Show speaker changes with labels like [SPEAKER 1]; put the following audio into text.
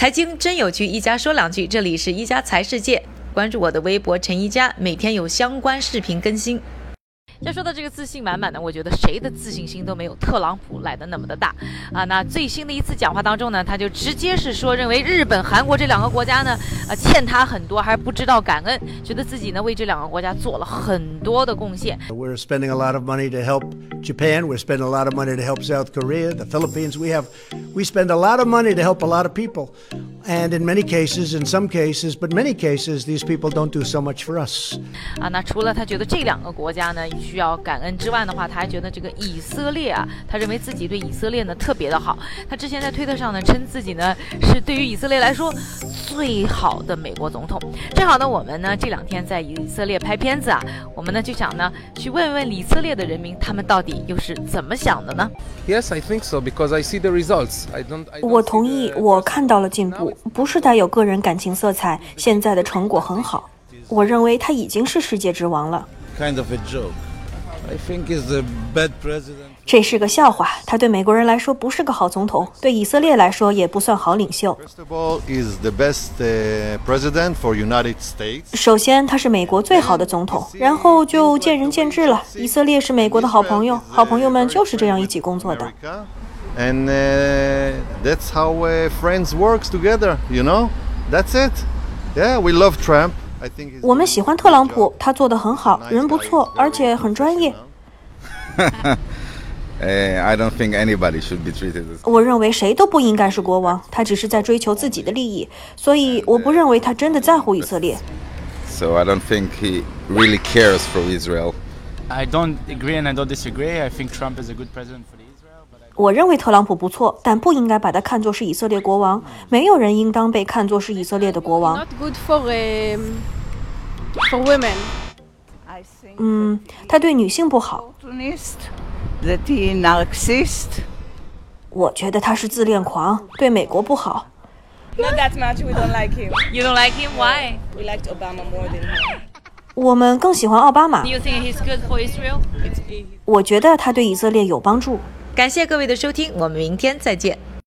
[SPEAKER 1] 财经真有趣，一家说两句。这里是一家财世界，关注我的微博陈一家，每天有相关视频更新。要说到这个自信满满呢，我觉得谁的自信心都没有特朗普来的那么的大啊。那最新的一次讲话当中呢，他就直接是说，认为日本、韩国这两个国家呢，啊欠他很多，还不知道感恩，觉得自己呢为这两个国家做了很多的贡献。
[SPEAKER 2] We're spending a lot of money to help Japan. We're spending a lot of money to help South Korea, the Philippines. We have, we spend a lot of money to help a lot of people, and in many cases, in some cases, but many cases, these people don't do so much for us.
[SPEAKER 1] 啊，那除了他觉得这两个国家呢需要感恩之外的话，他还觉得这个以色列啊，他认为自己对以色列呢特别的好。他之前在推特上呢称自己呢是对于以色列来说最好的美国总统。正好呢，我们呢这两天在以色列拍片子啊，我们呢就想呢去问问以色列的人民，他们到底又是怎么想的呢？
[SPEAKER 3] Yes, I think so because I see the results. I don't. I don't
[SPEAKER 4] 我
[SPEAKER 3] see
[SPEAKER 4] 同意
[SPEAKER 3] the，
[SPEAKER 4] 我
[SPEAKER 3] person-
[SPEAKER 4] 看到了进步，不是带有个人感情色彩。现在的成果很好，我认为他已经是世界之王了。
[SPEAKER 5] kind of a joke. I think he's a bad president.
[SPEAKER 4] 这是个笑话，他对美国人来说不是个好总统，对以色列来说也不算好领袖。
[SPEAKER 6] First of all, is the best uh, president for United States.
[SPEAKER 4] 首先，他是美国最好的总统，然后就见仁见智了。以色列是美国的好朋友，好朋友们就是这样一起工作的。
[SPEAKER 6] America. And uh, that's how uh, friends works together. You know, that's it. Yeah, we love Trump. I think. he's
[SPEAKER 4] 我们
[SPEAKER 6] doing
[SPEAKER 4] 喜欢
[SPEAKER 6] a
[SPEAKER 4] 特朗
[SPEAKER 6] good
[SPEAKER 4] 普
[SPEAKER 6] job.，
[SPEAKER 4] 他做得很好，
[SPEAKER 6] Nice
[SPEAKER 4] 人不
[SPEAKER 6] guy,
[SPEAKER 4] 错，而
[SPEAKER 6] very
[SPEAKER 4] 且很专业。
[SPEAKER 6] professional.
[SPEAKER 7] Uh, I don't think anybody should be treated as.
[SPEAKER 4] 我认为谁都不应该是国王，他只是在追求自己的利益，所以我不认为他真的在乎以色列。
[SPEAKER 7] So I don't think he really cares for Israel.
[SPEAKER 8] I don't agree and I don't disagree. I think Trump is a good president for Israel, but I
[SPEAKER 4] 我认为特朗普不错，但不应该把他看作是以色列国王。没有人应当被看作是以色列的国王。
[SPEAKER 9] not good for um, for women.
[SPEAKER 4] 嗯，他对女性不好，
[SPEAKER 10] that he narcissist.
[SPEAKER 4] 我觉得他是自恋狂，对美国不好。
[SPEAKER 9] Not that much. We don't like him.
[SPEAKER 1] You don't like him? Why?
[SPEAKER 9] We liked Obama more than him.
[SPEAKER 4] 我们更喜欢奥巴马，
[SPEAKER 1] You think he's good for Israel?
[SPEAKER 4] 我觉得他对以色列有帮助。
[SPEAKER 1] 感谢各位的收听，我们明天再见。